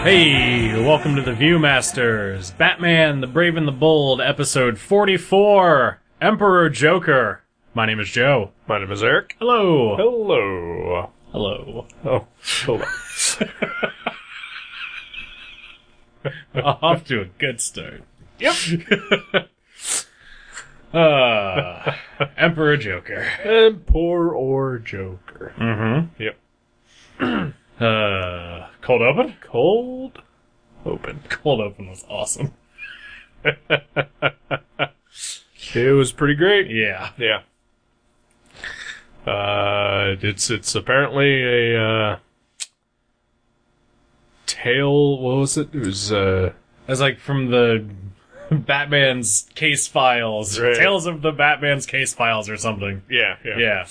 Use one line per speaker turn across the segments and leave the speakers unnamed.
Hey, welcome to the Viewmasters. Batman, the Brave and the Bold, episode 44, Emperor Joker. My name is Joe.
My name is Eric.
Hello.
Hello.
Hello.
Oh, hold on.
Off to a good start.
yep.
Uh, Emperor Joker.
And poor or Joker.
Mm
Yep.
hmm. Uh, cold open?
Cold. Open.
Cold open was awesome.
It was pretty great.
Yeah.
Yeah. Uh, it's it's apparently a uh, tale. What was it? It was uh,
That's like from the Batman's case files,
Right.
Tales of the Batman's case files or something.
yeah yeah.
Yeah.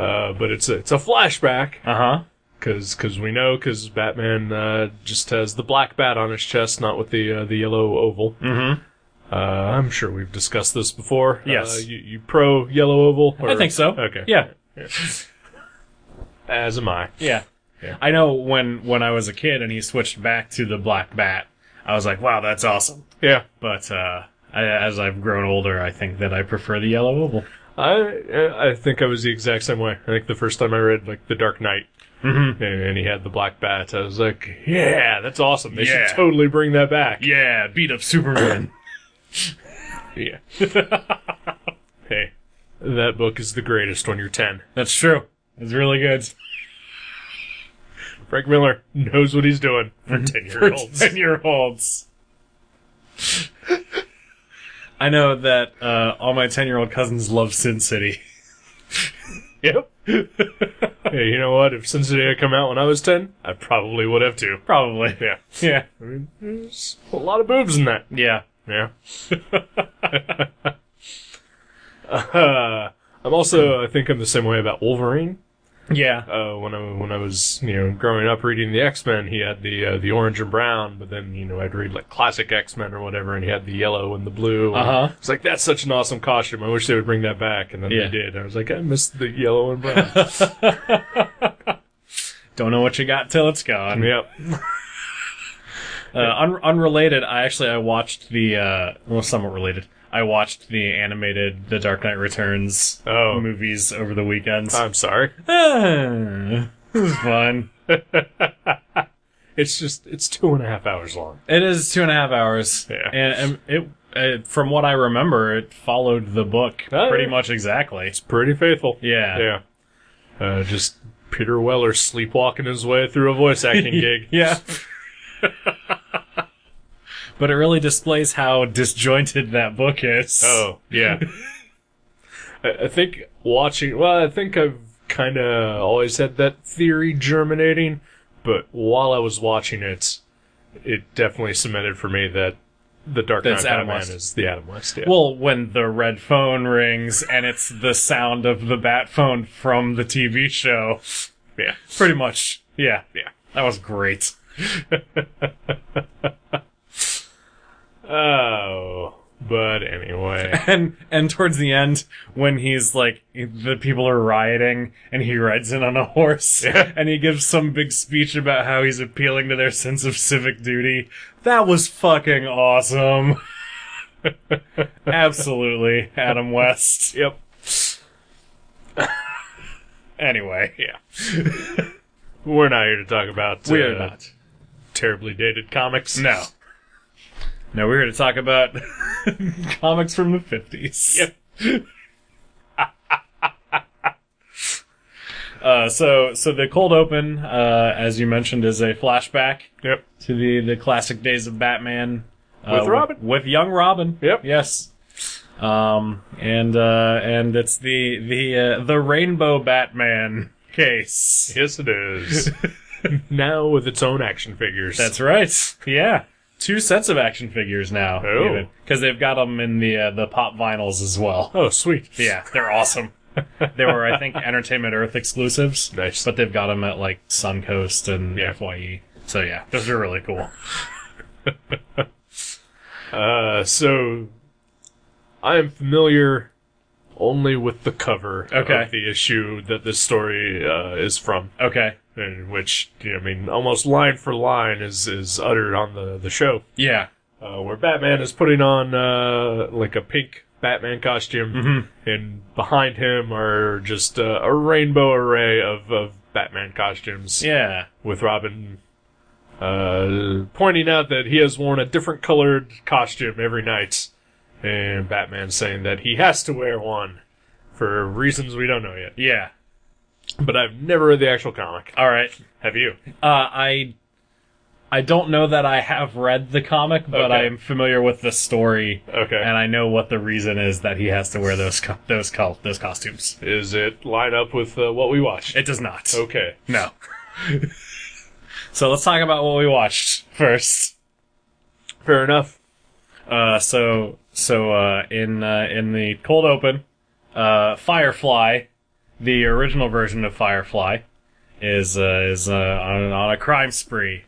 Uh, but it's a, it's a flashback
Uh huh.
because cause we know because Batman uh, just has the black bat on his chest, not with the uh, the yellow oval.
Mm hmm.
Uh, I'm sure we've discussed this before.
Yes.
Uh, you, you pro yellow oval? or-
I think so.
Okay.
Yeah.
As am I.
Yeah.
Yeah.
I know when when I was a kid and he switched back to the black bat, I was like, wow, that's awesome.
Yeah.
But uh, I, as I've grown older, I think that I prefer the yellow oval.
I I think I was the exact same way. I think the first time I read like The Dark Knight,
Mm-hmm.
and, and he had the black bat, I was like, yeah, that's awesome. They
Yeah.
should totally bring that back.
Yeah, beat up Superman.
Yeah. hey, that book is the greatest when you're ten.
that's true. It's really good.
Frank Miller knows what he's doing for ten year olds.
Ten year olds. I know that uh, all my ten year old cousins love Sin City.
Yep. hey, you know what? If Sin City had come out when I was ten, I probably would have too.
Probably.
Yeah.
Yeah.
I mean, there's a lot of boobs in that.
Yeah.
Yeah. uh, I'm also, I think I'm the same way about Wolverine.
Yeah.
Uh, when I when I was you know growing up reading the X Men, he had the uh, the orange and brown, but then you know I'd read like classic X Men or whatever, and he had the yellow and the blue.
Uh-huh.
It's like that's such an awesome costume. I wish they would bring that back, and then
Yeah.
they did. I was like, I missed the yellow and brown.
Don't know what you got till it's gone.
yep.
Uh, un- unrelated, I actually I watched the uh, well, somewhat related. I watched the animated The Dark Knight Returns
Oh.
movies over the weekends.
I'm sorry.
it was fun.
It's just it's two and a half hours long.
It is two and a half hours,
Yeah.
and, and it, uh from what I remember, it followed the book
Oh,
pretty
yeah.
much exactly.
Pretty faithful.
Yeah,
Yeah. Uh, just Peter Weller sleepwalking his way through a voice acting gig.
yeah. but it really displays how disjointed that book is.
Oh, yeah. I, I think watching, well, I think I've kind of always had that theory germinating, but while I was watching it, it definitely cemented for me that the Dark Knight
That's Adam
Batman
West.
is the Adam West. Yeah.
Well, when the red phone rings and it's the sound of the bat phone from the TV show,
yeah.
pretty much. Yeah,
Yeah.
that was great.
Oh, but anyway.
And and towards the end, when he's like, the people are rioting, and he rides in on a horse, and he gives some big speech about how he's appealing to their sense of civic duty. That was fucking awesome. Absolutely, Adam West.
yep.
Anyway,
Yeah. We're not here to talk about.
we are
uh,
not.
terribly dated comics.
No. No, we're here to talk about comics from the 50s.
Yep.
uh, so, so the cold open, uh, as you mentioned, is a flashback
Yep.
to the, the classic days of Batman. uh,
With Robin.
With, young Robin.
Yep.
Yes. Um, and, uh, and it's the, the, uh, the Rainbow Batman case.
Yes, it is. now with its own action figures.
That's right. Yeah. Two sets of action figures now.
Oh.
Because they've got them in the, uh, the pop vinyls as well.
oh sweet.
Yeah, they're awesome. they were, I think, Entertainment Earth exclusives.
Nice.
But they've got them at like Suncoast and
Yeah.
FYE. So yeah, those are really cool.
Uh, so I am familiar only with the cover
Okay.
of the issue that this story uh, is from,
Okay.
and which you know, I mean, almost line for line is is uttered on the the show,
Yeah.
uh, where Batman is putting on uh, like a pink Batman costume,
Mm-hmm.
and behind him are just uh, a rainbow array of of Batman costumes
Yeah.
with Robin uh, pointing out that he has worn a different colored costume every night, and Batman saying that he has to wear one for reasons we don't know yet.
Yeah.
But I've never read the actual comic.
All right.
Have you?
Uh, I I don't know that I have read the comic, but
Okay.
I am familiar with the story,
Okay.
and I know what the reason is that he has to wear those co- those col- those costumes.
Is it line up with uh, what we watched?
It does not.
okay.
No. so let's talk about what we watched first.
Fair enough.
Uh, so so uh, in uh, in the cold open, uh, Firefly, the original version of Firefly, is uh, is uh, on, on a crime spree,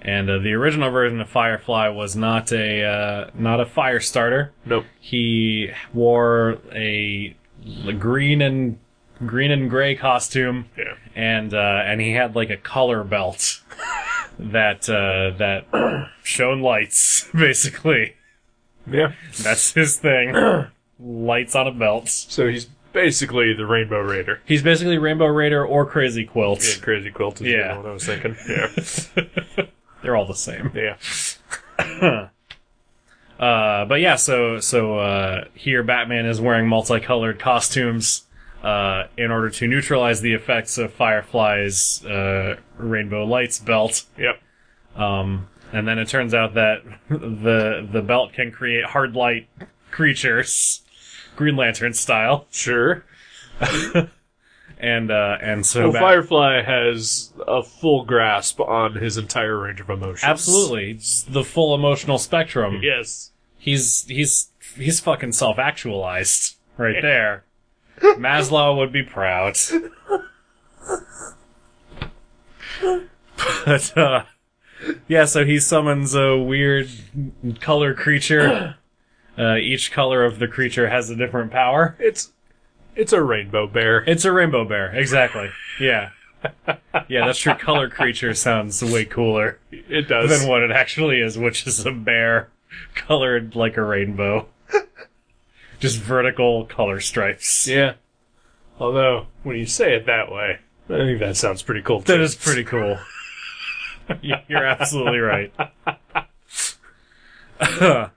and uh, the original version of Firefly was not a uh, not a fire starter.
Nope.
He wore a l- green and green and gray costume
Yeah.
and uh, and he had like a color belt that uh, that shone lights. Basically,
Yeah.
that's his thing. lights on a belt.
So he's basically the Rainbow Raider.
He's basically Rainbow Raider or Crazy Quilt.
Yeah, Crazy Quilt is
Yeah.
yeah. what I was thinking. Yeah.
They're all the same.
yeah.
Uh, but yeah, so so uh, here Batman is wearing multicolored costumes uh, in order to neutralize the effects of Firefly's uh, rainbow lights belt.
Yep.
Um, and then it turns out that the the belt can create hard light creatures, Green Lantern style,
Sure.
and uh, and so
Well,
Bat-
Firefly has a full grasp on his entire range of emotions.
absolutely it's the full emotional spectrum.
Yes.
He's he's he's fucking self actualized right there. Maslow would be proud. but uh, yeah, so he summons a weird color creature. Uh, each color of the creature has a different power.
It's it's a rainbow bear.
It's a rainbow bear, exactly. Yeah. Yeah, that's true. Color creature sounds way cooler
It does.
than what it actually is, which is a bear colored like a rainbow. Just vertical color stripes.
Yeah. Although, when you say it that way, I think that sounds pretty cool too.
That is pretty cool. Y- You're absolutely right. uh,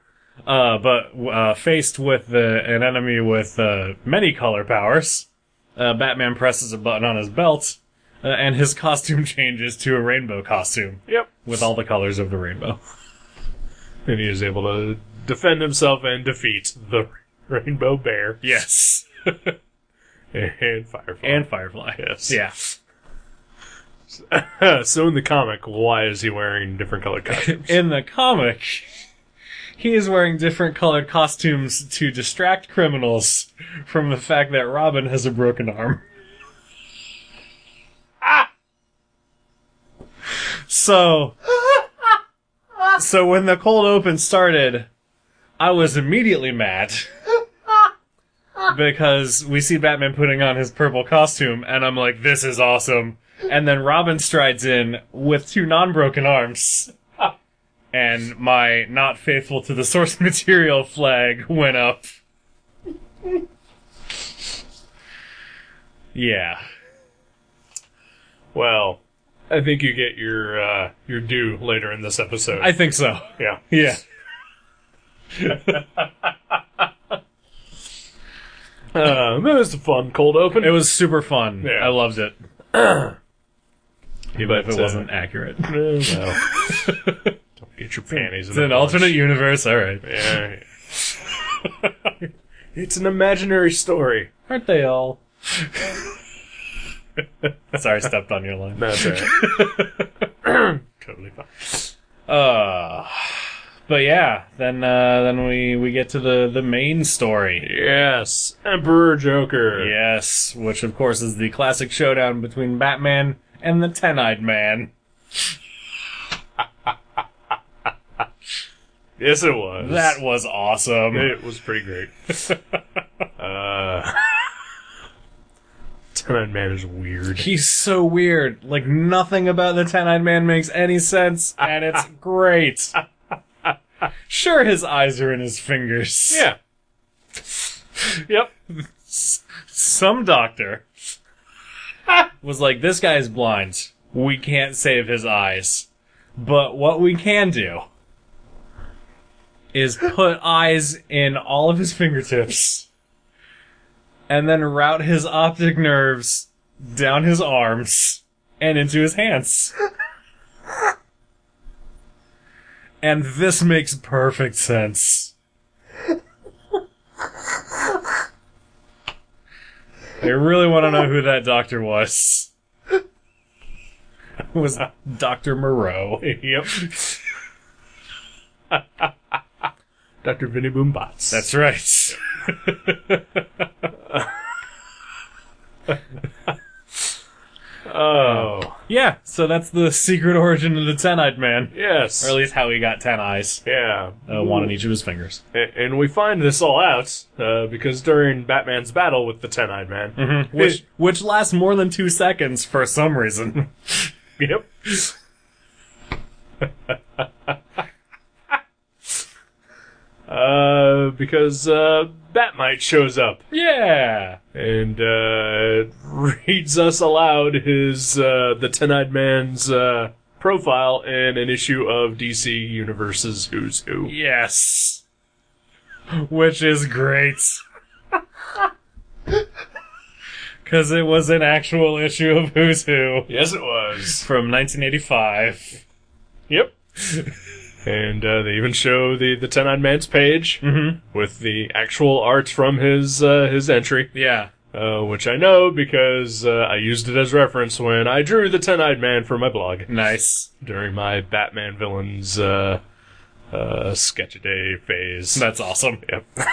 but uh, faced with uh, an enemy with uh, many color powers, uh, Batman presses a button on his belt, uh, and his costume changes to a rainbow costume
Yep.
with all the colors of the rainbow.
And he is able to defend himself and defeat the rainbow bear
Yes,
and Firefly.
and Firefly.
Yes.
Yeah.
so in the comic, why is he wearing different colored costumes?
In the comic, he is wearing different colored costumes to distract criminals from the fact that Robin has a broken arm. Ah! So, so when the cold open started, I was immediately mad because we see Batman putting on his purple costume, and I'm like, "This is awesome!" And then Robin strides in with two non-broken arms, and my not faithful to the source material flag went up. Yeah.
well, I think you get your uh, your due later in this episode.
I think so.
yeah.
Yeah.
Uh, it was a fun cold open.
It was super fun.
Yeah.
I loved it. Even if
But,
it
uh,
wasn't accurate.
Eh, well. Don't get your panties
It's an alternate universe, alright.
Yeah. it's an imaginary story.
Aren't they all? Sorry, I stepped on your line.
That's right. totally fine.
Uh, but yeah, then uh, then we, we get to the, the main story.
Yes, Emperor Joker.
Yes, which of course is the classic showdown between Batman and the Ten Eyed Man.
Yes, it was.
That was awesome.
it was pretty great. Uh, Ten-Eyed Man is weird.
He's so weird. Like nothing about the Ten-Eyed Man makes any sense, and it's great. Sure, his eyes are in his fingers.
Yeah. yep.
S- Some doctor was like, "This guy's blind. We can't save his eyes, but what we can do is put eyes in all of his fingertips, and then route his optic nerves down his arms and into his hands." And this makes perfect sense. I really want to know who that doctor was. It was Dr. Moreau.
Yep. Dr. Vinny Boom Bots.
That's right.
oh
Yeah, so that's the secret origin of the Ten-Eyed Man.
yes.
Or at least how he got ten eyes.
yeah.
Uh, one on each of his fingers.
A- And we find this all out uh, because during Batman's battle with the Ten-Eyed Man,
Which, which lasts more than two seconds for some reason.
Yep. uh, because uh, Batmite shows up
Yeah!
and uh, reads us aloud his uh, the Ten Eyed Man's uh, profile in an issue of DC Universe's Who's Who.
Yes! Which is great. Because it was an actual issue of Who's Who.
Yes, it was.
from 1985.
Yep. and uh, they even show the the Ten Eyed Man's page with the actual art from his uh, his entry.
Yeah.
Uh, which I know because uh, I used it as reference when I drew the Ten Eyed Man for my blog
Nice.
during my Batman villains uh, uh, sketch a day phase.
That's awesome.
Yep.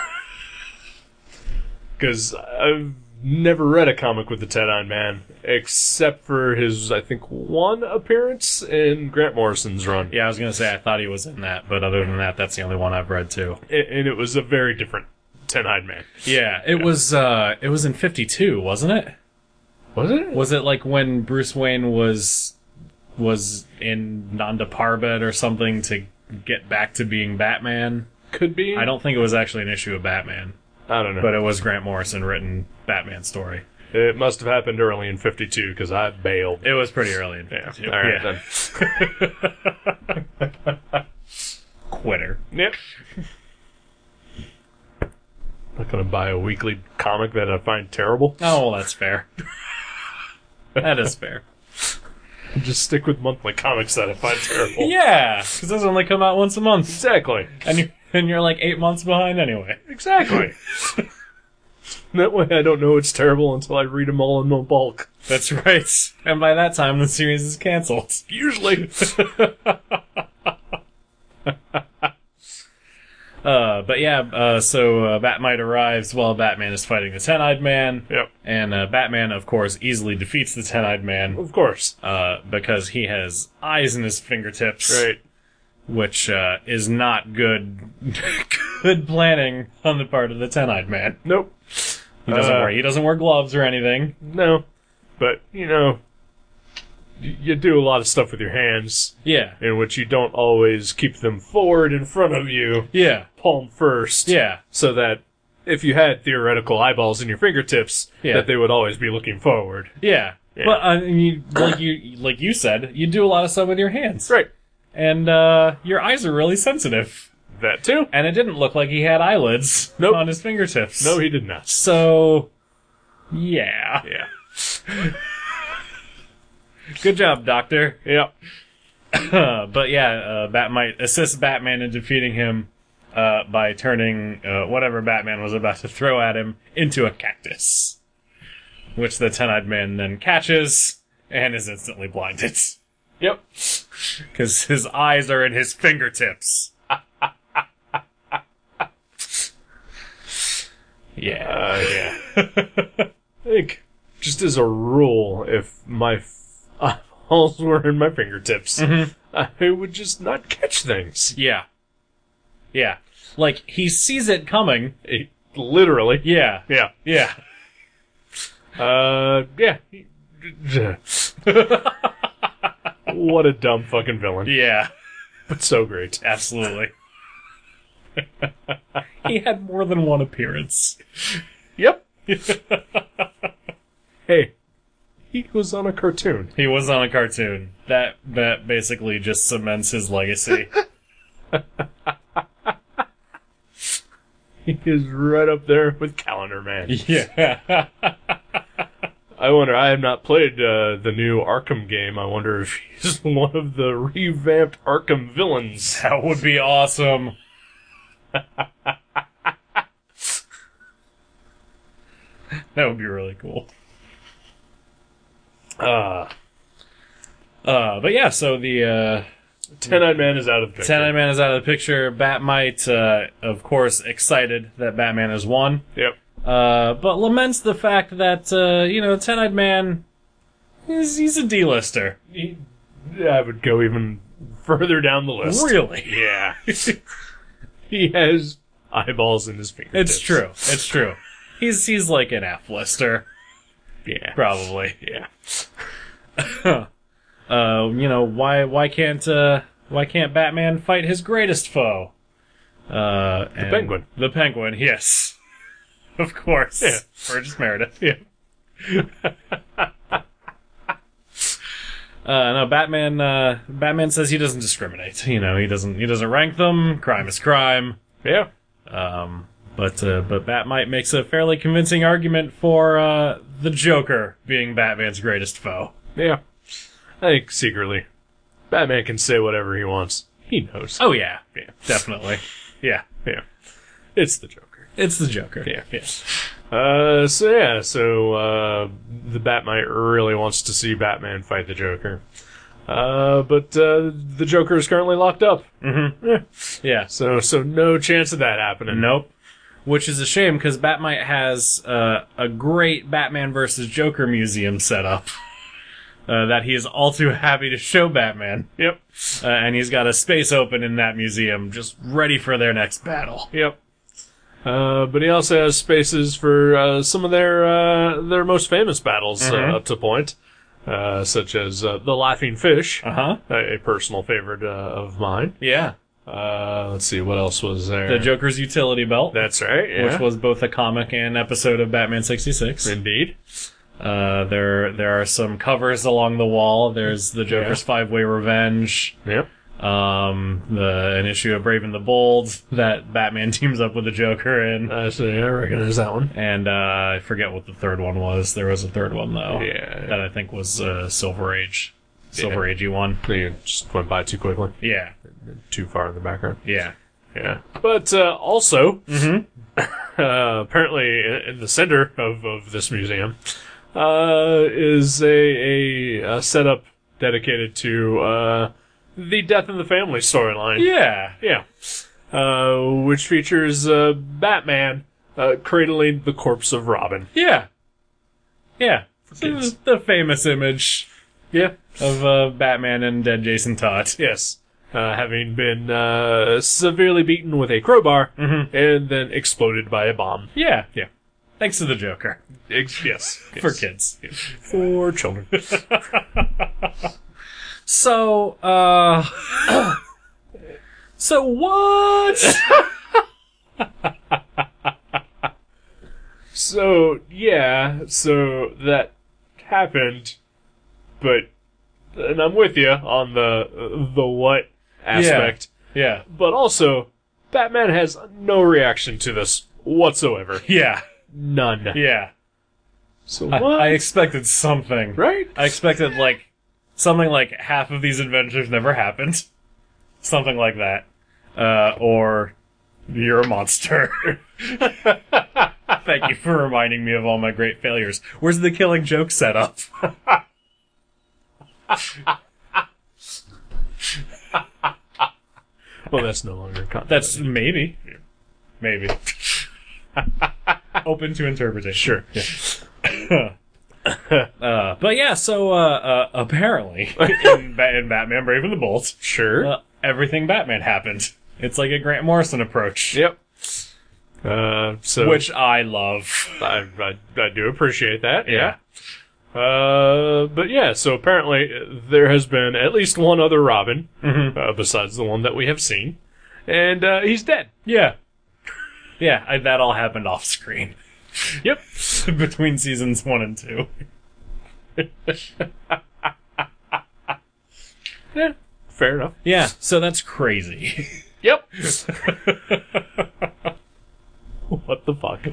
Because I've never read a comic with the Ten Eyed Man except for his, I think, one appearance in Grant Morrison's run,
Yeah, I was gonna say I thought he was in that, but other than that, that's the only one I've read too.
A- and it was a very different Ten Eyed Man.
Yeah, it was. uh It was in '52, wasn't it?
Was it?
Was it like when Bruce Wayne was was in Nanda Parbat or something to get back to being Batman?
Could be.
I don't think it was actually an issue of Batman,
I don't know.
but uh, it was Grant Morrison written Batman story.
it must have happened early in '52 because I bailed.
It was pretty early. In
Yeah. All right then.
quitter.
Yep. Not gonna buy a weekly comic that I find terrible.
Oh, well, that's fair. that is fair.
Just stick with monthly comics that I find terrible.
Yeah, because those only come out once a month,
Exactly.
and you and you're like eight months behind anyway.
Exactly. that way I don't know it's terrible until I read them all in one bulk.
That's right. And by that time, the series is canceled.
Usually.
Uh, but yeah, uh, so uh, Batmite arrives while Batman is fighting the Ten-Eyed Man,
yep.
and uh, Batman, of course, easily defeats the Ten-Eyed Man
Of course.
uh, because he has eyes in his fingertips,
Right.
which uh, is not good good planning on the part of the Ten-Eyed Man.
Nope.
He doesn't
Uh,
wear he doesn't wear gloves or anything.
No. But you know, y- you do a lot of stuff with your hands,
Yeah,
in which you don't always keep them forward in front of you,
yeah,
palm first.
yeah.
so that if you had theoretical eyeballs in your fingertips,
Yeah.
that they would always be looking forward.
Yeah.
Yeah.
But I mean, you, like you like you said, you do a lot of stuff with your hands,
Right.
and uh, your eyes are really sensitive.
That too.
And it didn't look like he had eyelids
Nope.
on his fingertips.
No, he did not.
So, yeah.
Yeah.
Good job, Doctor.
Yep.
Uh, but yeah, uh, Bat might assist Batman in defeating him uh, by turning uh, whatever Batman was about to throw at him into a cactus, which the Ten-Eyed Man then catches and is instantly blinded
Yep.
because his eyes are in his fingertips. yeah.
Uh, yeah. I think, just as a rule, if my f- eyeballs were in my fingertips, I would just not catch things.
Yeah. Yeah. Like, he sees it coming,
It- literally.
Yeah.
Yeah.
Yeah.
Uh, yeah. what a dumb fucking villain.
Yeah.
But so great.
Absolutely. he had more than one appearance.
Yep. hey, he was on a cartoon.
He was on a cartoon. That that basically just cements his legacy.
He is right up there with Calendar Man.
yeah.
I wonder, I have not played uh, the new Arkham game. I wonder if he's one of the revamped Arkham villains.
That would be awesome. that would be really cool.
Uh,
Uh, but yeah, so the uh,
Ten Eyed Man is out of the picture.
Ten Eyed Man is out of the picture. Batmite, uh, of course, excited that Batman has won,
Yep.
uh, but laments the fact that uh, you know Ten Eyed Man, is he's a D-lister.
He, I would go even further down the list.
Really,
Yeah. he has eyeballs in his fingertips.
it's true. It's true. He's he's like an F-lister,
Yeah.
probably.
Yeah.
uh, you know, why why can't uh, why can't Batman fight his greatest foe? Uh, the
Penguin.
The Penguin, yes, of course.
Yeah.
Burgess Meredith.
Yeah.
Uh, no, Batman. Uh, Batman says he doesn't discriminate. You know, he doesn't. He doesn't rank them. Crime is crime.
Yeah.
Um, but uh, but Batmite makes a fairly convincing argument for uh, the Joker being Batman's greatest foe.
Yeah. I think secretly, Batman can say whatever he wants. He knows.
Oh yeah,
Yeah.
definitely. Yeah,
Yeah. It's the Joker.
it's the Joker.
Yeah.
Yes.
Uh, so yeah, so, uh, the Batmite really wants to see Batman fight the Joker. Uh, but, uh, the Joker is currently locked up.
Yeah.
So, so no chance of that happening.
Nope. Which is a shame because Batmite has uh, a great Batman versus Joker museum set up uh, that he is all too happy to show Batman,
Yep.
uh, and he's got a space open in that museum just ready for their next battle.
Yep. Uh, but he also has spaces for uh, some of their uh, their most famous battles
Mm-hmm.
uh, up to point, uh, such as uh, the Laughing Fish,
Uh huh.
a, a personal favorite uh, of mine.
Yeah.
Uh, let's see what else was there.
The Joker's utility belt,
That's right. Yeah.
which was both a comic and episode of Batman '66.
indeed.
Uh, there, there are some covers along the wall. There's the Joker's five-way revenge.
Yep.
um, the an issue of Brave and the Bold that Batman teams up with the Joker in,
I see. I recognize that one.
and uh, I forget what the third one was. There was a third one though,
Yeah.
that I think was uh, Silver Age, Silver Agey one.
You just went by too quickly,
Yeah,
too far in the background.
yeah,
Yeah. But uh, also,
Mm-hmm.
uh, apparently, i- in the center of, of this museum uh, is a, a, a setup dedicated to uh, the Death in the Family storyline.
yeah,
Yeah. Uh, which features uh, Batman uh, cradling the corpse of Robin.
yeah, yeah. This
kids.
is the famous image
Yeah.
of uh, Batman and dead Jason Todd.
Yes. Uh, having been uh, severely beaten with a crowbar and then exploded by a bomb.
Yeah,
Yeah.
thanks to the Joker
Ex- yes.
for kids.
For children.
So, uh. so what?
So yeah, so that happened, but and I'm with you on the the what aspect,
yeah,
but also Batman has no reaction to this whatsoever,
yeah,
none.
yeah.
So
I-
what?
I expected something.
right?
I expected like something like half of these adventures never happened, something like that, uh, or you're a monster. Thank you for reminding me of all my great failures. Where's the killing joke setup?
well, that's no longer content.
That's maybe, maybe open to interpretation.
sure.
Uh, but yeah, so uh, uh, apparently in, Ba- in Batman: Brave and the Bold,
Sure.
uh, everything Batman happened. It's like a Grant Morrison approach.
yep. Uh, so
which I love.
I, I I do appreciate that. Yeah. Uh, but yeah. So apparently uh, there has been at least one other Robin uh, besides the one that we have seen, and uh, he's dead.
Yeah. Yeah, I, that all happened off screen
Yep.
between seasons one and two.
Yeah. Fair enough.
Yeah, so that's crazy.
Yep. what the fuck?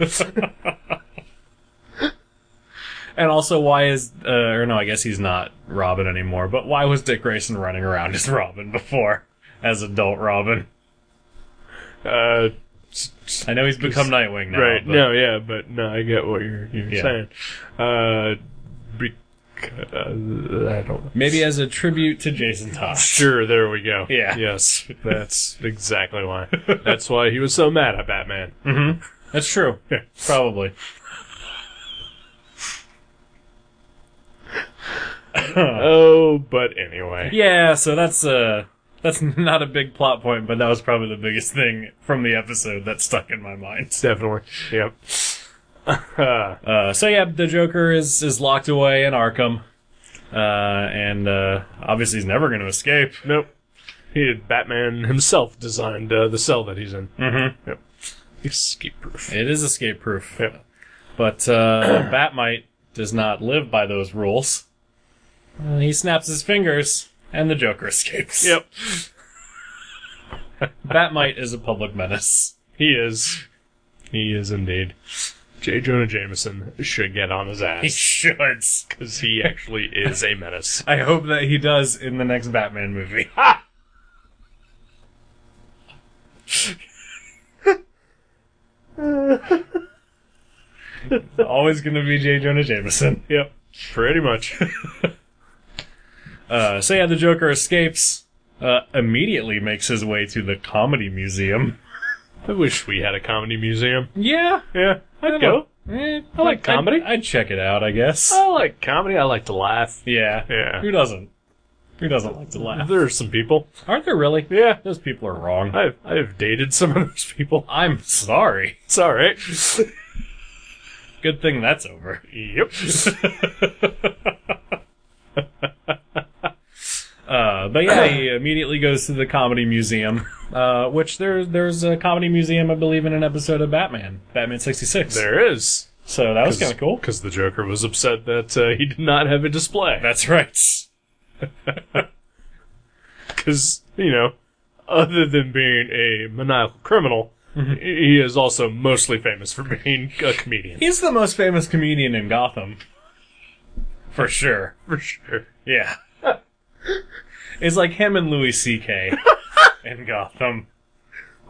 And also, why is, uh, or no, I guess he's not Robin anymore, but why was Dick Grayson running around as Robin before? As adult Robin.
Uh,
I know he's become Nightwing now.
right.
but-
No. Yeah. But no, I get what you're you're
Yeah.
saying. Uh, because I don't know.
Maybe as a tribute to Jason Todd.
Sure, there we go.
Yeah.
Yes, that's exactly why. That's why he was so mad at Batman.
That's true.
Yeah.
Probably.
Oh, but anyway.
Yeah, so that's, uh, that's not a big plot point, but that was probably the biggest thing from the episode that stuck in my mind.
Definitely. Yep. Uh,
Uh, so yeah, the Joker is, is locked away in Arkham. Uh, and, uh, obviously he's never gonna escape.
nope. He Batman himself designed uh, the cell that he's in. Mm-hmm. Yep. Escape proof.
It is escape proof.
Yep.
But uh, Batmite does not live by those rules. Uh, he snaps his fingers, and the Joker escapes.
Yep.
Batmite is a public menace.
He is. He is indeed. J. Jonah Jameson should get on his
He
ass
should.
because he actually is a menace.
I hope that he does in the next Batman movie. Always gonna be J. Jonah Jameson.
Yep. Pretty much.
Uh, so yeah, the Joker escapes, uh, immediately makes his way to the comedy museum.
I wish we had a comedy museum.
Yeah,
Yeah, I'd
go.
go.
I Oh.
like comedy.
I'd, check it out, I guess.
I like comedy. I like to laugh.
yeah.
Yeah.
Who doesn't? Who doesn't like to laugh?
There are some people.
Aren't there really?
Yeah,
Those people are wrong.
I've I've dated some of those people.
I'm sorry.
It's all right.
Good thing that's over.
yep.
Uh, but yeah, he immediately goes to the comedy museum, uh, which there there's a comedy museum, I believe, in an episode of Batman, Batman '66.
There is.
So that was kind of cool.
Because the Joker was upset that uh, he did not have a display.
That's right.
Because you know, other than being a maniacal criminal, he is also mostly famous for being a comedian
He's the most famous comedian in Gotham, for sure.
for sure.
Yeah. it's like him and Louis C.K. in Gotham.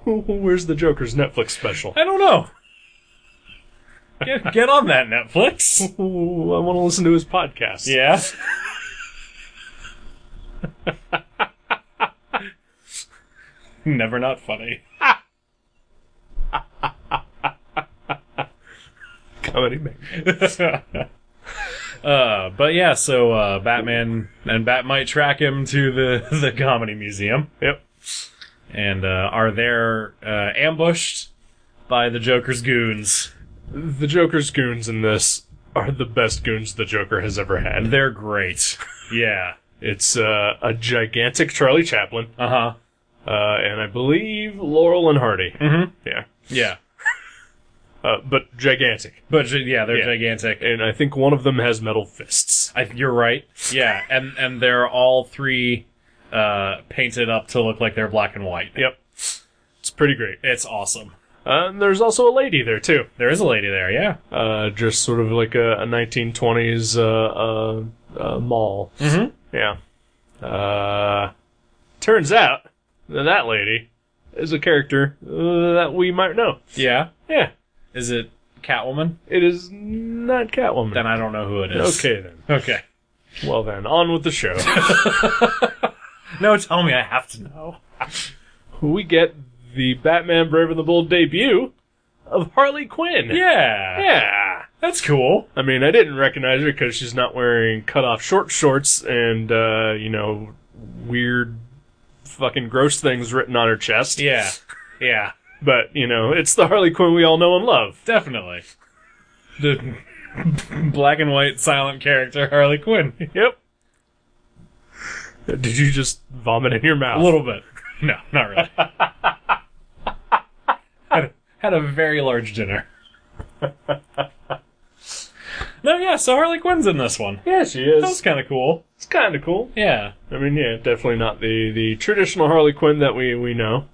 Where's the Joker's Netflix special?
I don't know. Get, get on that, Netflix.
Ooh, I want to listen to his podcast.
Yeah. Never not funny.
comedy man.
Uh, but yeah, so uh, Batman and Batmite track him to the, the comedy museum
Yep.
and uh, are there uh, ambushed by the Joker's goons.
The Joker's goons in this are the best goons the Joker has ever had.
They're great. Yeah.
It's uh, a gigantic Charlie Chaplin,
Uh huh.
uh, and I believe Laurel and Hardy. Mm-hmm. Yeah,
Yeah.
uh, but gigantic,
But gi- yeah, they're
Yeah.
gigantic.
and I think one of them has metal fists.
I, you're right. Yeah, and and they're all three uh, painted up to look like they're black and white.
Yep, it's pretty great.
It's awesome.
Uh, and there's also a lady there too,
There is a lady there. Yeah.
uh, just sort of like a, a 1920s uh, uh, uh, mall. Mm-hmm. Yeah. Uh, turns out that that lady is a character uh, that we might know.
Yeah.
Yeah,
Is it Catwoman?
it is not Catwoman.
Then I don't know who it is.
Okay then.
Okay.
Well then, on with the show.
No, tell me. I have to know.
we get the Batman Brave and the Bold debut of Harley Quinn.
Yeah.
Yeah.
That's cool.
I mean, I didn't recognize her because she's not wearing cut-off short shorts and uh, you know weird, fucking gross things written on her chest.
Yeah. Yeah.
But, you know, it's the Harley Quinn we all know and love.
Definitely. The black and white silent character Harley Quinn.
Yep. Did you just vomit in your mouth?
A little bit. No, not really. had, had a very large dinner. no, yeah, so Harley Quinn's in this one.
Yeah, she
That was
is.
kind of cool.
It's kind of cool.
Yeah.
I mean, yeah, definitely not the, the traditional Harley Quinn that we, we know,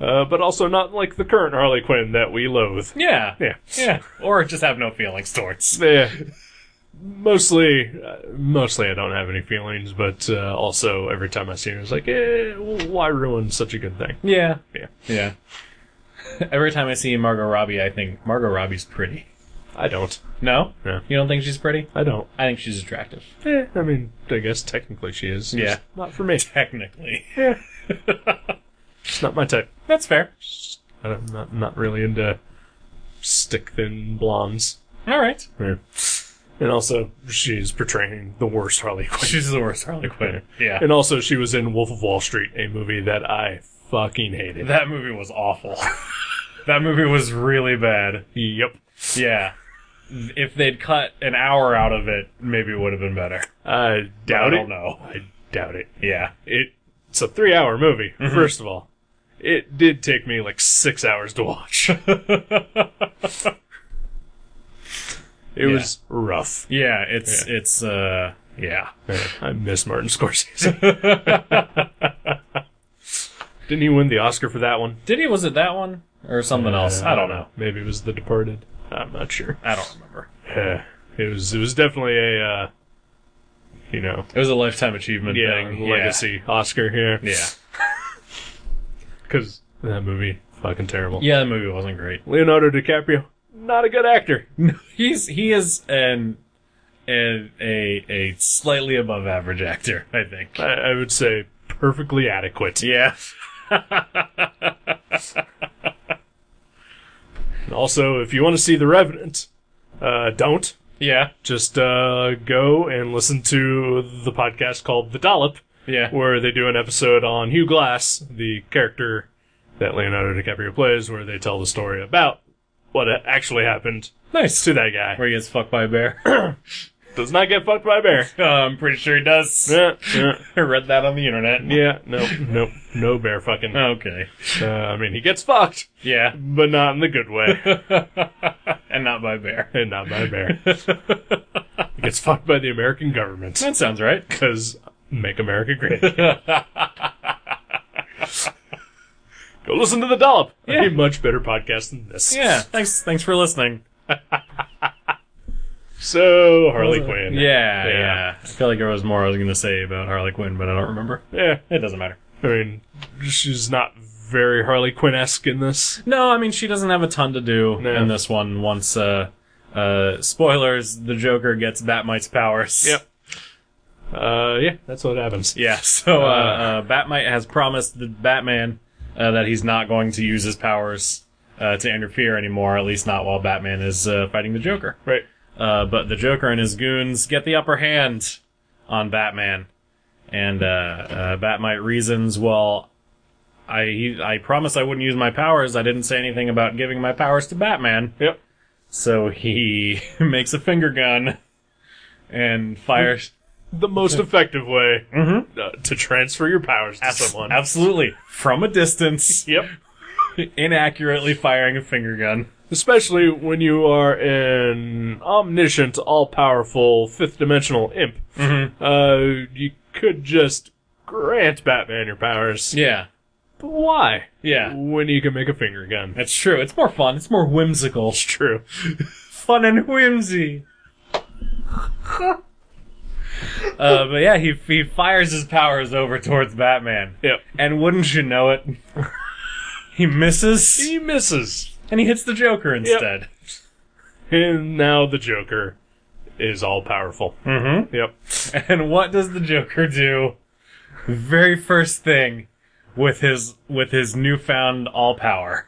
uh, but also not like the current Harley Quinn that we loathe.
Yeah.
Yeah.
Yeah. Or just have no feelings towards.
Yeah. Mostly, uh, mostly I don't have any feelings, but uh, also every time I see her, it's like, eh, why ruin such a good thing?
Yeah.
Yeah.
Yeah. Every time I see Margot Robbie, I think Margot Robbie's pretty.
I don't.
No?
Yeah.
You don't think she's pretty?
I don't.
I think she's attractive.
Eh, I mean, I guess technically she is. Just
Yeah.
Not for me.
Technically.
Yeah. it's not my type.
That's fair.
I don't- I'm not, not really into stick thin blondes.
All right.
Yeah. And also, she's portraying the worst Harley Quinn.
She's the worst Harley Quinn. Yeah.
And also, she was in Wolf of Wall Street, a movie that I fucking hated.
That movie was awful. that movie was really bad.
yep.
Yeah. If they'd cut an hour out of it, maybe it would have been better.
I
But
doubt
I
it.
don't know.
I doubt it.
Yeah.
It it's a three hour movie,
Mm-hmm.
first of all. It did take me like six hours to watch. it was rough.
Yeah, it's it's uh yeah.
I miss Martin Scorsese. Didn't he win the Oscar for that one?
Did he was it that one or something else?
Uh,
I don't know.
Maybe it was The Departed. I'm not sure.
I don't remember.
Yeah. It was it was definitely a uh, you know
It was a lifetime achievement
yeah,
thing.
legacy Oscar here.
Yeah. yeah.
Because that movie fucking terrible.
Yeah, the movie wasn't great.
Leonardo DiCaprio, not a good actor.
He's he is an an a a slightly above average actor, I think.
I, I would say perfectly adequate.
Yeah.
And Also, if you want to see The Revenant, uh, don't.
Yeah.
Just uh, go and listen to the podcast called The Dollop,
Yeah.
where they do an episode on Hugh Glass, the character that Leonardo DiCaprio plays, where they tell the story about what actually happened
Nice.
to that guy.
Where he gets fucked by a bear.
Does not get fucked by a bear.
Uh, I'm pretty sure he does.
yeah, yeah,
I read that on the internet.
yeah, no, no, no bear fucking.
Okay.
Uh, I mean, he gets fucked,
Yeah.
but not in the good way.
And not by a bear.
and not by a bear. He gets fucked by the American government
That sounds right.
because make America great. again. Go listen to the dollop.
Yeah.
A much better podcast than this.
Yeah. Thanks thanks for listening.
So Harley Quinn.
Yeah, yeah.
Yeah.
I feel like there was more I was gonna say about Harley Quinn, but I don't remember.
Yeah.
It doesn't matter.
I mean, she's not very Harley Quinn esque in this.
No, I mean she doesn't have a ton to do
No.
in this one. Once, uh, uh, spoilers: the Joker gets Batmite's powers.
Uh, yeah, that's what happens.
Yeah. So uh, uh, Batmite has promised the Batman uh, that he's not going to use his powers uh, to interfere anymore, at least not while Batman is uh, fighting the Joker.
Right.
Uh, but the Joker and his goons get the upper hand on Batman, and uh, uh, Batmite reasons, "Well, I he, I promised I wouldn't use my powers. I didn't say anything about giving my powers to Batman."
Yep.
So he makes a finger gun and fires.
The most effective way
Mm-hmm.
uh, to transfer your powers to someone.
Absolutely. From a distance,
Yep.
inaccurately firing a finger gun.
Especially when you are an omniscient, all powerful, fifth dimensional imp.
Mm-hmm.
Uh, you could just grant Batman your powers.
Yeah.
But why?
Yeah.
When you can make a finger gun.
That's true. It's more fun. It's more whimsical.
It's true.
Fun and whimsy. uh, but yeah, he, he fires his powers over towards Batman.
Yep.
And wouldn't you know it, he misses
He misses.
and he hits the Joker instead.
And now the Joker is all powerful. Mm
Mm-hmm.
hmm. Yep.
And what does the Joker do? Very first thing with his with his newfound all power,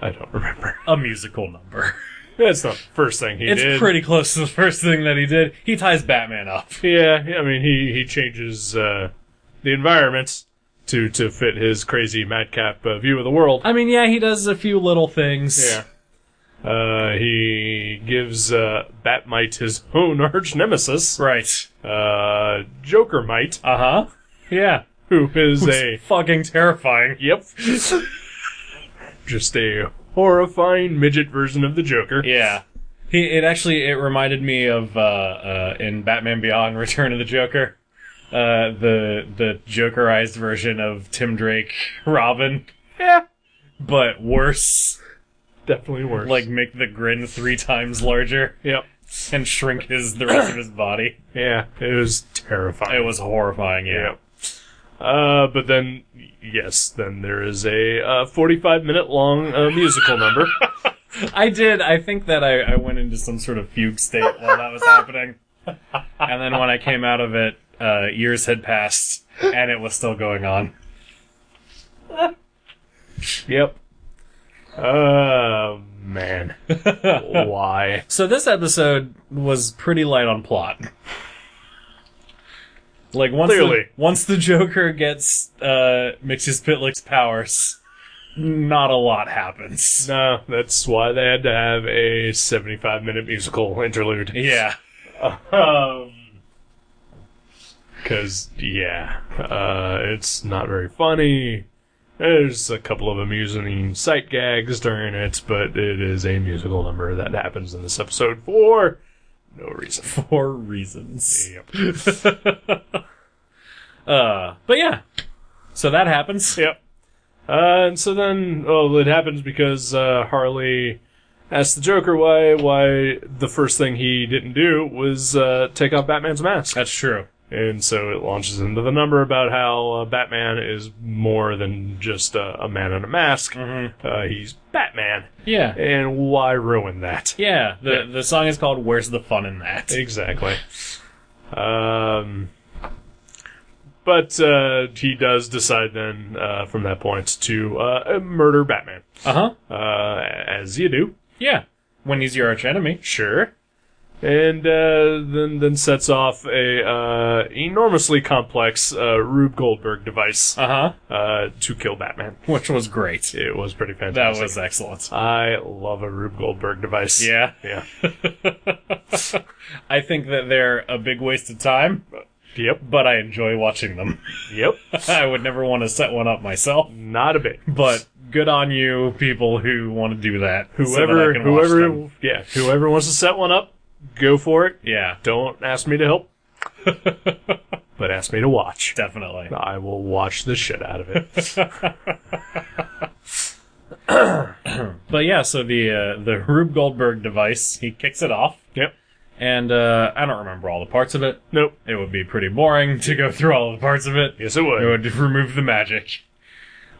I don't remember.
a musical number.
That's not the first thing he
It's
did.
pretty close to the first thing that he did. He ties Batman up.
Yeah, I mean, he, he changes uh, the environment to to fit his crazy madcap uh, view of the world.
I mean, yeah, he does a few little things.
Yeah. Uh, he gives uh, Batmite his own arch nemesis,
Right.
uh, Joker Mite,
Uh huh. Yeah.
who is a
Fucking terrifying.
yep, just a horrifying midget version of the Joker.
Yeah. He, it actually it reminded me of uh, uh, in Batman Beyond: Return of the Joker, uh, the the Jokerized version of Tim Drake Robin,
Yeah,
but worse.
definitely worse.
Like make the grin three times larger
yep,
and shrink his the rest of his body.
yeah, it was
It
terrifying.
was horrifying. Yeah.
Yep. Uh, but then, yes, then there is a uh, 45 minute long uh, musical number.
I did. I think that I, I went into some sort of fugue state while that was happening, and then when I came out of it, uh, years had passed and it was still going on.
Yep. Uh, man. Why?
So this episode was pretty light on plot. Like once the,
Clearly.
once the Joker gets uh mixes Pitlick's powers, not a lot happens.
No, that's why they had to have a 75 minute musical interlude.
Yeah.
Um, cause, yeah, uh, it's not very funny. There's a couple of amusing sight gags during it, but it is a musical number that happens in this episode for no reason.
For reasons.
Yep.
Uh but yeah. So that happens.
Yep. Uh, and so then, well, it happens because uh, Harley asked the Joker why why the first thing he didn't do was uh, take off Batman's mask,
That's true.
and so it launches into the number about how uh, Batman is more than just uh, a man in a mask.
Mm-hmm.
Uh, he's Batman,
Yeah.
and why ruin that?
Yeah. The the song is called Where's the Fun in That?
Exactly. Um, but uh, he does decide then, uh, from that point, to uh, murder Batman.
Uh-huh.
uh, as you do,
Yeah. When he's your arch enemy.
sure. And uh, then then sets off a uh, enormously complex uh, Rube Goldberg device
Uh-huh.
uh, to kill Batman.
Which was great.
It was pretty
That
fantastic.
was excellent.
I love a Rube Goldberg device.
Yeah.
Yeah.
I think that they're a big waste of time,
Yep.
but I enjoy watching them.
Yep.
I would never want to set one up myself,
Not a bit.
but good on you people who want to do that. so that I
Whoever,
can watch them.
whoever, yeah, whoever wants to set one up, go for it.
Yeah,
Don't ask me to help, but ask me to watch.
definitely.
I will watch the shit out of it.
But yeah, so the uh, the Rube Goldberg device, he kicks it off,
yep.
and uh, I don't remember all the parts of it.
Nope.
It would be pretty boring to go through all the parts of it.
Yes, it would.
It would remove the magic.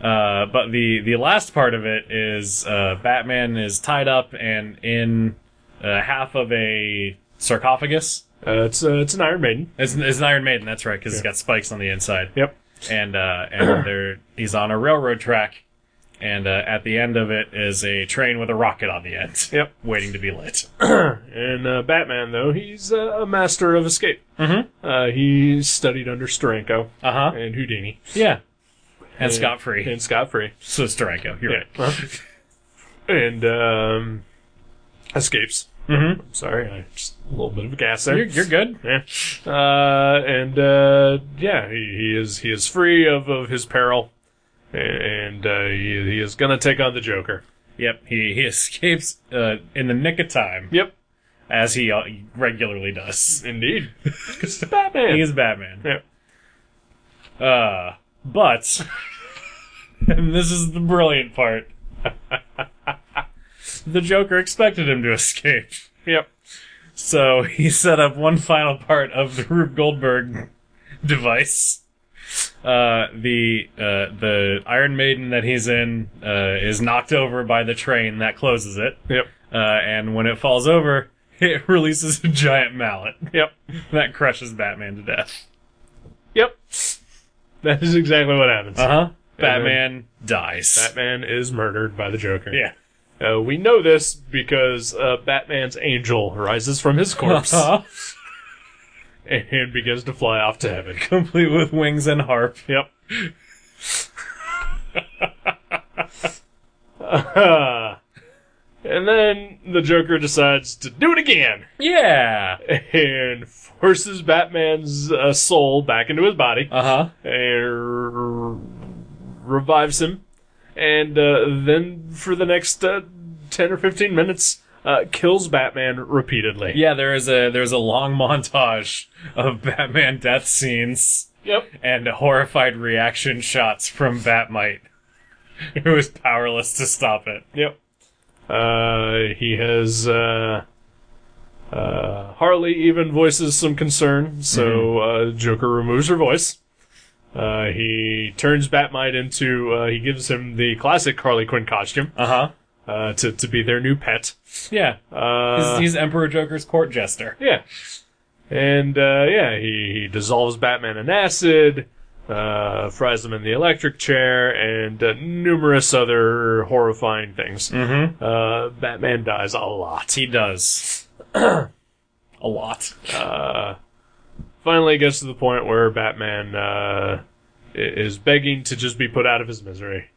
Uh, but the the last part of it is uh, Batman is tied up and in uh, half of a sarcophagus.
Uh, it's uh, it's an Iron Maiden.
It's, it's an Iron Maiden, that's right, because it's got spikes on the inside.
Yep.
And uh, and there he's on a railroad track, and uh, at the end of it is a train with a rocket on the end.
Yep.
Waiting to be lit.
And uh, Batman, though, he's uh, a master of escape. Mm-hmm. Uh, he studied under Steranko
Uh huh.
and Houdini
Yeah. And scot free.
and Scott Free.
So Steranko, you're
Yeah.
right.
and um, escapes.
Mhm.
I'm sorry, I just a little bit of gas there.
You're, you're good.
Yeah. Uh, and uh, yeah, he, he is he is free of, of his peril, A- and uh, he, he is gonna take on the Joker.
Yep. He he escapes uh, in the nick of time.
Yep,
as he uh, regularly does.
indeed. 'Cause he's Batman.
He is Batman.
yeah.
Uh, but, and this is the brilliant part, the Joker expected him to escape.
Yep.
So he set up one final part of the Rube Goldberg device. Uh, the, uh, the Iron Maiden that he's in, uh, is knocked over by the train that closes it.
Yep.
Uh, and when it falls over, it releases a giant mallet
Yep.
that crushes Batman to death.
Yep. That is exactly what happens.
Uh huh.
then-
Batman dies.
Uh-huh. Batman is murdered by the Joker.
Yeah.
Uh, we know this because uh, Batman's angel rises from his corpse
Uh-huh.
and begins to fly off to heaven.
Complete with wings and harp.
Yep. Uh, and then the Joker decides to do it again
Yeah.
and forces Batman's uh, soul back into his body
Uh huh.
and r- revives him. And uh, then for the next uh, 10 or 15 minutes, uh, kills Batman repeatedly.
Yeah, there is a there's a long montage of Batman death scenes
Yep.
and horrified reaction shots from Batmite, who is powerless to stop it.
Yep. Uh, he has, uh, uh, Harley even voices some concern, so, uh, Joker removes her voice. Uh, he turns Batmite into, uh, he gives him the classic Harley Quinn costume,
Uh huh.
uh, to, to be their new pet.
Yeah.
Uh,
he's, he's Emperor Joker's court jester.
yeah. And, uh, yeah, he, he dissolves Batman in acid, uh, fries him in the electric chair, and uh, numerous other horrifying things.
Mm-hmm.
Uh, Batman dies a lot.
He does. a lot.
finally gets to the point where Batman uh, i- is begging to just be put out of his misery,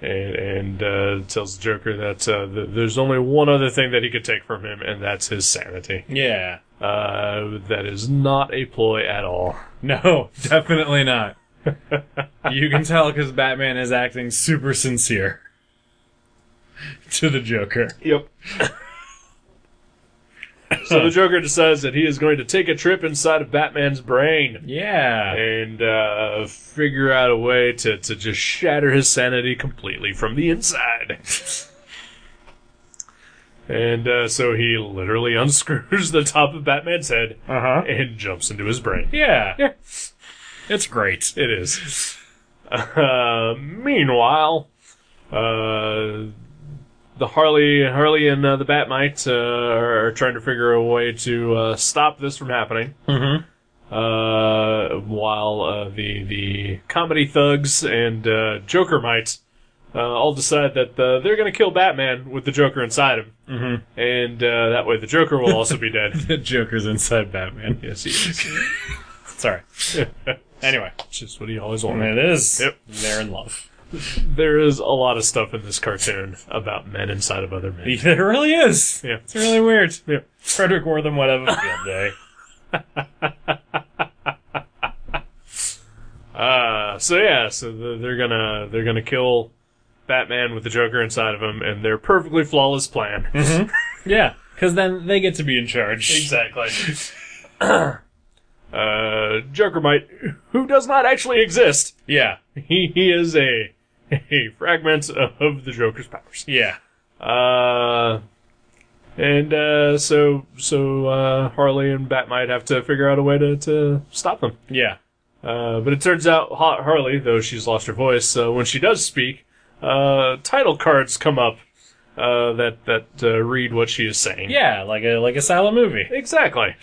and, and uh, tells the Joker that uh, th- there's only one other thing that he could take from him, and that's his sanity.
Yeah.
Uh, that is not a ploy at all.
No, definitely not. you can tell because Batman is acting super sincere to the Joker.
Yep. so the Joker decides that he is going to take a trip inside of Batman's brain.
Yeah.
And uh, figure out a way to, to just shatter his sanity completely from the inside. and uh, so he literally unscrews the top of Batman's head
Uh huh.
and jumps into his brain.
Yeah. It's great.
It is. Uh, meanwhile, uh, the Harley, Harley and uh, the Batmite uh, are trying to figure a way to uh, stop this from happening.
Mm-hmm.
uh, while uh, the the comedy thugs and uh, Joker mites uh, all decide that uh, they're going to kill Batman with the Joker inside him,
Mhm.
and uh, that way the Joker will also be dead.
The Joker's inside Batman.
Yes, he is.
Sorry. Anyway,
Just what he always wanted.
it is.
Yep.
They're in love.
There is a lot of stuff in this cartoon about men inside of other men.
It really is.
Yeah.
It's really weird.
Yeah.
Frederick Wortham would have a field day.
Uh, so yeah, so th- they're gonna they're gonna kill Batman with the Joker inside of him, and their perfectly flawless plan.
Yeah. Because then they get to be in charge.
Exactly. uh, Joker might, who does not actually exist.
Yeah.
He, he is a, a fragment of the Joker's powers.
Yeah.
Uh, and uh, so so uh, Harley and Batmite have to figure out a way to, to stop them.
Yeah.
Uh, but it turns out Ha- Harley, though she's lost her voice, uh, when she does speak, uh, title cards come up uh, that that uh, read what she is saying.
Yeah. Like a like a silent movie.
Exactly.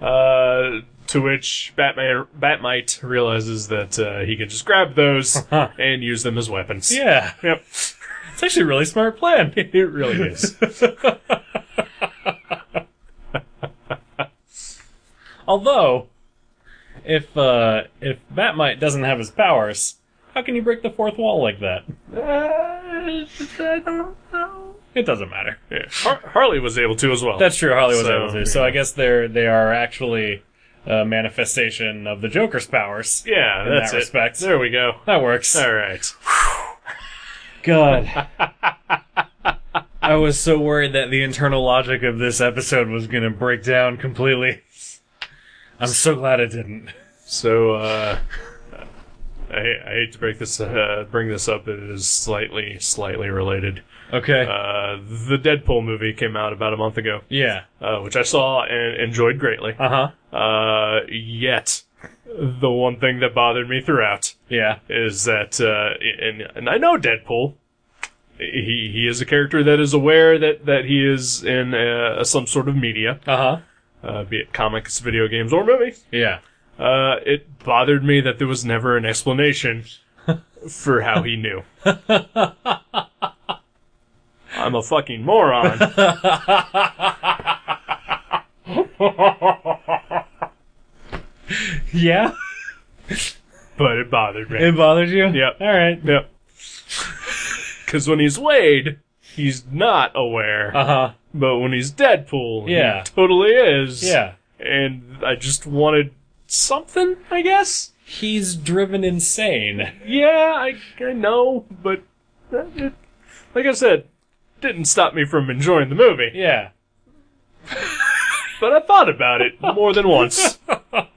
Uh, to which Batman Batmite realizes that uh, he can just grab those and use them as weapons.
Uh-huh. Yeah.
Yep.
It's actually a really smart plan.
It really is.
Uh, Although, if uh, if Batmite doesn't have his powers, how can you break the fourth wall like that?
I don't know.
It doesn't matter.
Yeah. Har- Harley was able to as well.
That's true. Harley was
So,
able to. So
yeah.
I guess they're they are actually a manifestation of the Joker's powers.
yeah,
in
that's
that
it.
respect.
There we go.
That works.
All right.
God. I was so worried that the internal logic of this episode was going to break down completely. I'm so glad it didn't.
So uh, I, I hate to break this uh, bring this up. It is slightly slightly related.
Okay.
Uh, the Deadpool movie came out about a month ago.
yeah.
uh, which I saw and enjoyed greatly.
Uh huh.
Uh, yet, the one thing that bothered me throughout
Yeah.
is that, uh, and, and I know Deadpool, he, he is a character that is aware that, that he is in uh, some sort of media,
Uh huh.
uh, be it comics, video games, or movies.
Yeah.
Uh, it bothered me that there was never an explanation for how he knew. I'm a fucking moron.
Yeah.
but it bothered me.
It bothers you?
Yep.
All right.
Yep. Because when he's Wade, he's not aware.
Uh huh.
but when he's Deadpool,
Yeah.
he totally is.
Yeah.
And I just wanted something, I guess.
He's driven insane.
Yeah, I, I know, but that- it, like I said, didn't stop me from enjoying the movie.
Yeah.
But I thought about it more than once.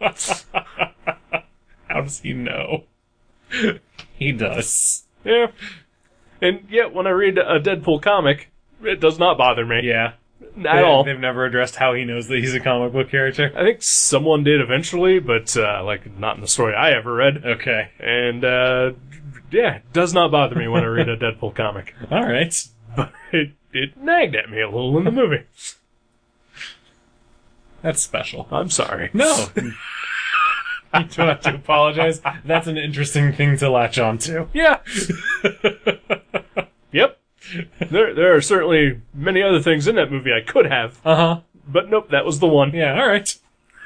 How does he know? he does.
Yeah. And yet, when I read a Deadpool comic, it does not bother me
Yeah.
at all.
They've never addressed how he knows that he's a comic book character.
I think someone did eventually, but uh, like not in the story I ever read.
Okay.
And uh, yeah, it does not bother me when I read a Deadpool comic.
All right.
but it, it nagged at me a little in the movie.
That's special.
I'm sorry.
No. you don't have to apologize. That's an interesting thing to latch on to.
Yeah. yep. There, there are certainly many other things in that movie I could have,
Uh huh.
but nope, that was the one.
Yeah, all right.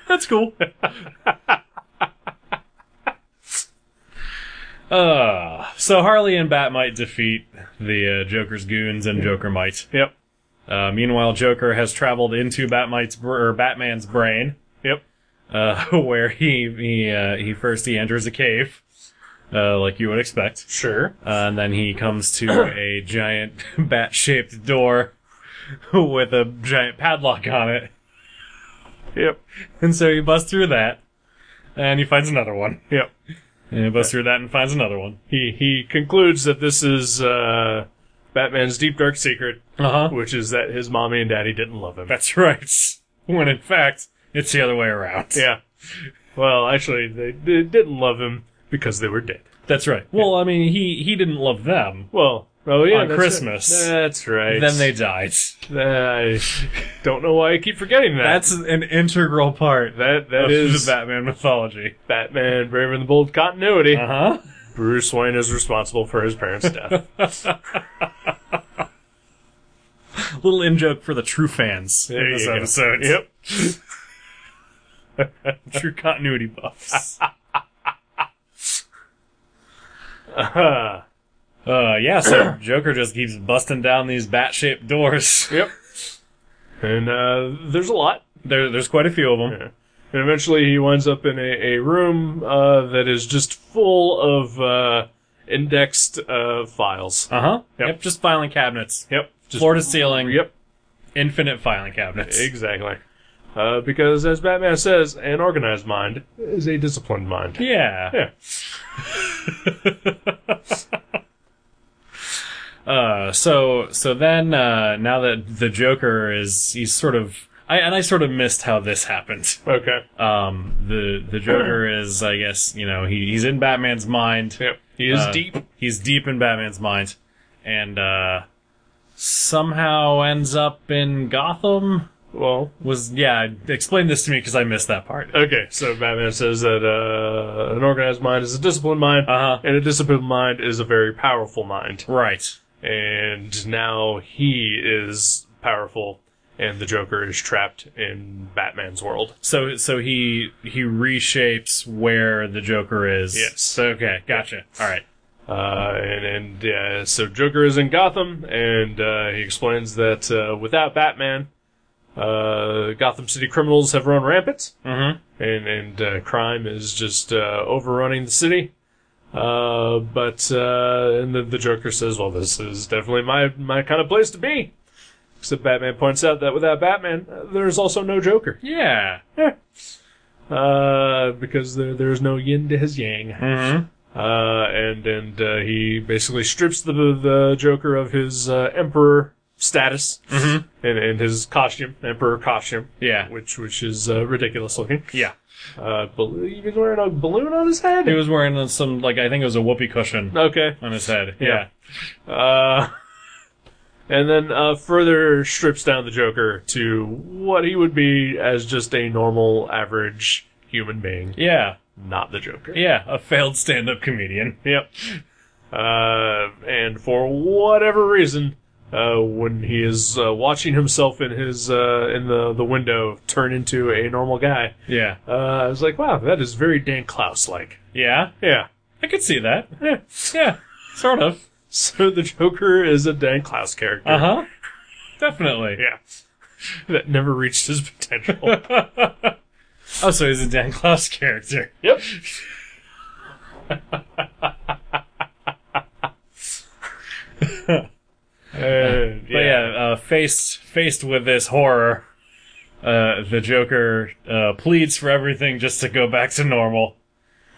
That's cool. uh, so Harley and Bat might defeat the uh, Joker's goons and Joker might.
Yep.
Uh, meanwhile, Joker has traveled into Batmite's br- or Batman's brain,
Yep.
uh, where he he uh, he first he enters a cave, uh, like you would expect.
Sure.
Uh, and then he comes to a giant bat shaped door with a giant padlock on it.
Yep.
And so he busts through that and he finds another one.
Yep.
And he busts through that and finds another one.
He he concludes that this is uh, Batman's deep dark secret,
Uh huh.
which is that his mommy and daddy didn't love him.
That's right. When in fact, it's the other way around.
Yeah. Well, actually, they, they didn't love him because they were dead.
That's right. Well, I mean, he, he didn't love them.
Well, oh yeah,
On
that's
Christmas.
Right. That's right. Uh,
Then they died.
I don't know why I keep forgetting that.
That's Oh. an integral part
that
of
that is
the Batman mythology.
Batman Brave and the Bold continuity.
Uh
Bruce Wayne is responsible for his parents' death.
huh. Little in joke for the true fans
There
in this
you go.
episode.
Yep.
True continuity buffs.
Uh,
Uh, yeah, so Joker just keeps busting down these bat shaped doors.
yep. And uh, there's a lot.
There, there's quite a few of them.
Yeah. And eventually he winds up in a, a room uh, that is just full of uh, indexed uh, files.
Uh huh.
Yep.
Yep. just filing cabinets.
Yep. Just,
Floor to ceiling.
Yep.
Infinite filing cabinets.
Exactly. Uh, because as Batman says, an organized mind is a disciplined mind.
Yeah.
Yeah.
Uh, so so then uh, now that the Joker is he's sort of I and I sort of missed how this happened.
Okay.
Um, the the Joker is I guess you know he, he's in Batman's mind.
Yep. He is
Uh,
deep.
He's deep in Batman's mind, and uh, somehow ends up in Gotham.
Well,
Was yeah? Explain this to me because I missed that part.
okay. So Batman says that uh, an organized mind is a disciplined mind,
Uh-huh.
and a disciplined mind is a very powerful mind.
Right.
And now he is powerful, and the Joker is trapped in Batman's world.
So so he he reshapes where the Joker is.
Yes.
Okay, gotcha. All right.
Uh, and and uh, so Joker is in Gotham, and uh, he explains that uh, without Batman, uh, Gotham City criminals have run rampant,
Mm-hmm.
and and uh, crime is just uh, overrunning the city. Uh, but uh, and the, the Joker says, "Well, this is definitely my my kind of place to be." Except Batman points out that without Batman, uh, there's also no Joker,
Yeah.
uh, because there there's no yin to his yang.
Mm-hmm.
Uh, and and uh, he basically strips the the Joker of his uh, emperor status and and his costume, emperor costume,
Mm-hmm. Yeah.
which which is uh, ridiculous looking.
Yeah.
Uh, bal- he was wearing a balloon on his head.
He was wearing some like I think it was a whoopee cushion
okay.
on his head.
Yeah. Uh, and then uh, further strips down the Joker to what he would be as just a normal, average human being,
Yeah.
not the Joker.
Yeah. Yeah. A failed stand-up comedian.
Yep. Uh, and for whatever reason, uh, when he is uh, watching himself in his uh, in the the window turn into a normal guy.
Yeah.
Uh, I was like, wow, that is very Dan Klaus like.
Yeah.
Yeah.
I could see that.
Yeah.
Yeah. Sort of.
So the Joker is a Dan Klaus character.
Uh huh. Definitely.
Yeah. That never reached his potential.
Oh, so he's a Dan Klaus character.
yep. Uh, yeah.
But yeah, uh, faced faced with this horror, uh, the Joker uh, pleads for everything just to go back to normal,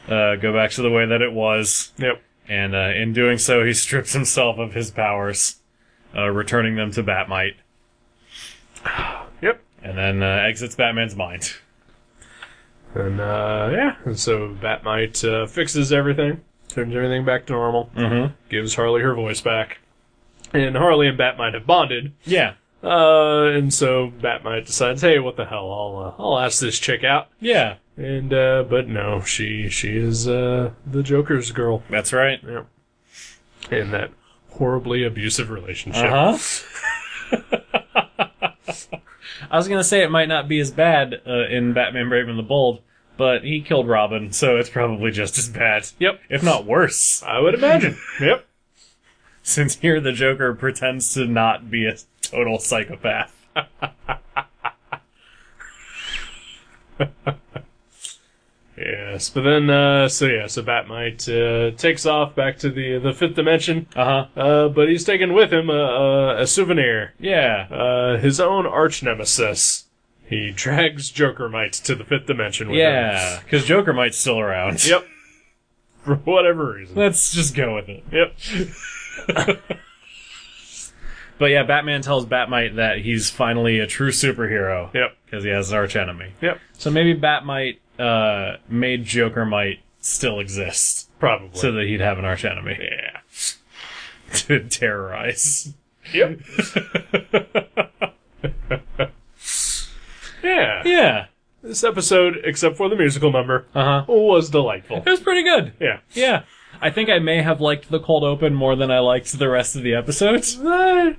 uh, go back to the way that it was,
Yep.
and uh, in doing so, he strips himself of his powers, uh, returning them to Batmite,
Yep.
and then uh, exits Batman's mind.
And uh, yeah, and so Batmite uh, fixes everything, turns everything back to normal,
Mm-hmm.
gives Harley her voice back, and Harley and Batmite have bonded.
Yeah,
Uh, and so Batmite decides, hey, what the hell? I'll uh, I'll ask this chick out.
yeah,
And uh, but no, she she is uh, the Joker's girl.
that's right.
Yep. In that horribly abusive relationship.
Uh huh. I was gonna say it might not be as bad uh, in Batman: Brave and the Bold, but he killed Robin, so it's probably just as bad,
Yep.
if not worse.
I would imagine. yep.
Since here the Joker pretends to not be a total psychopath.
Yes, but then uh, so yeah, so Batmite uh, takes off back to the the fifth dimension.
Uh huh.
Uh, but he's taken with him a, a, a souvenir,
Yeah.
uh, his own arch nemesis. He drags Joker Mite to the fifth dimension with
Yeah.
him.
Because Joker might still around.
Yep. For whatever reason.
Let's just go with it.
Yep.
But yeah, Batman tells Batmite that he's finally a true superhero
Yep.
because he has an archenemy.
Yep.
So maybe Batmite uh, made Joker might still exist
Probably.
so that he'd have an archenemy
yeah.
to terrorize.
Yep. yeah.
Yeah.
This episode, except for the musical number,
Uh huh.
was delightful.
It was pretty good.
Yeah.
Yeah. I think I may have liked the cold open more than I liked the rest of the episodes.
Uh,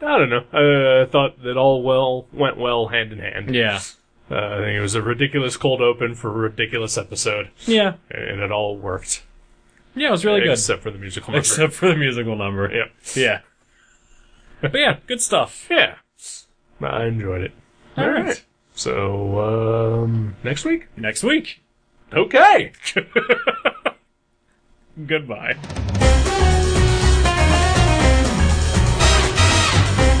I don't know. I uh, thought that all well went well hand in hand.
Yeah.
Uh, I think it was a ridiculous cold open for a ridiculous episode,
Yeah.
and it all worked.
Yeah, it was really good.
Except for the musical number.
Except for the musical number.
Yep.
Yeah. but yeah, good stuff.
Yeah. I enjoyed it.
All right.
So, um, next week?
Next week.
Okay.
Goodbye.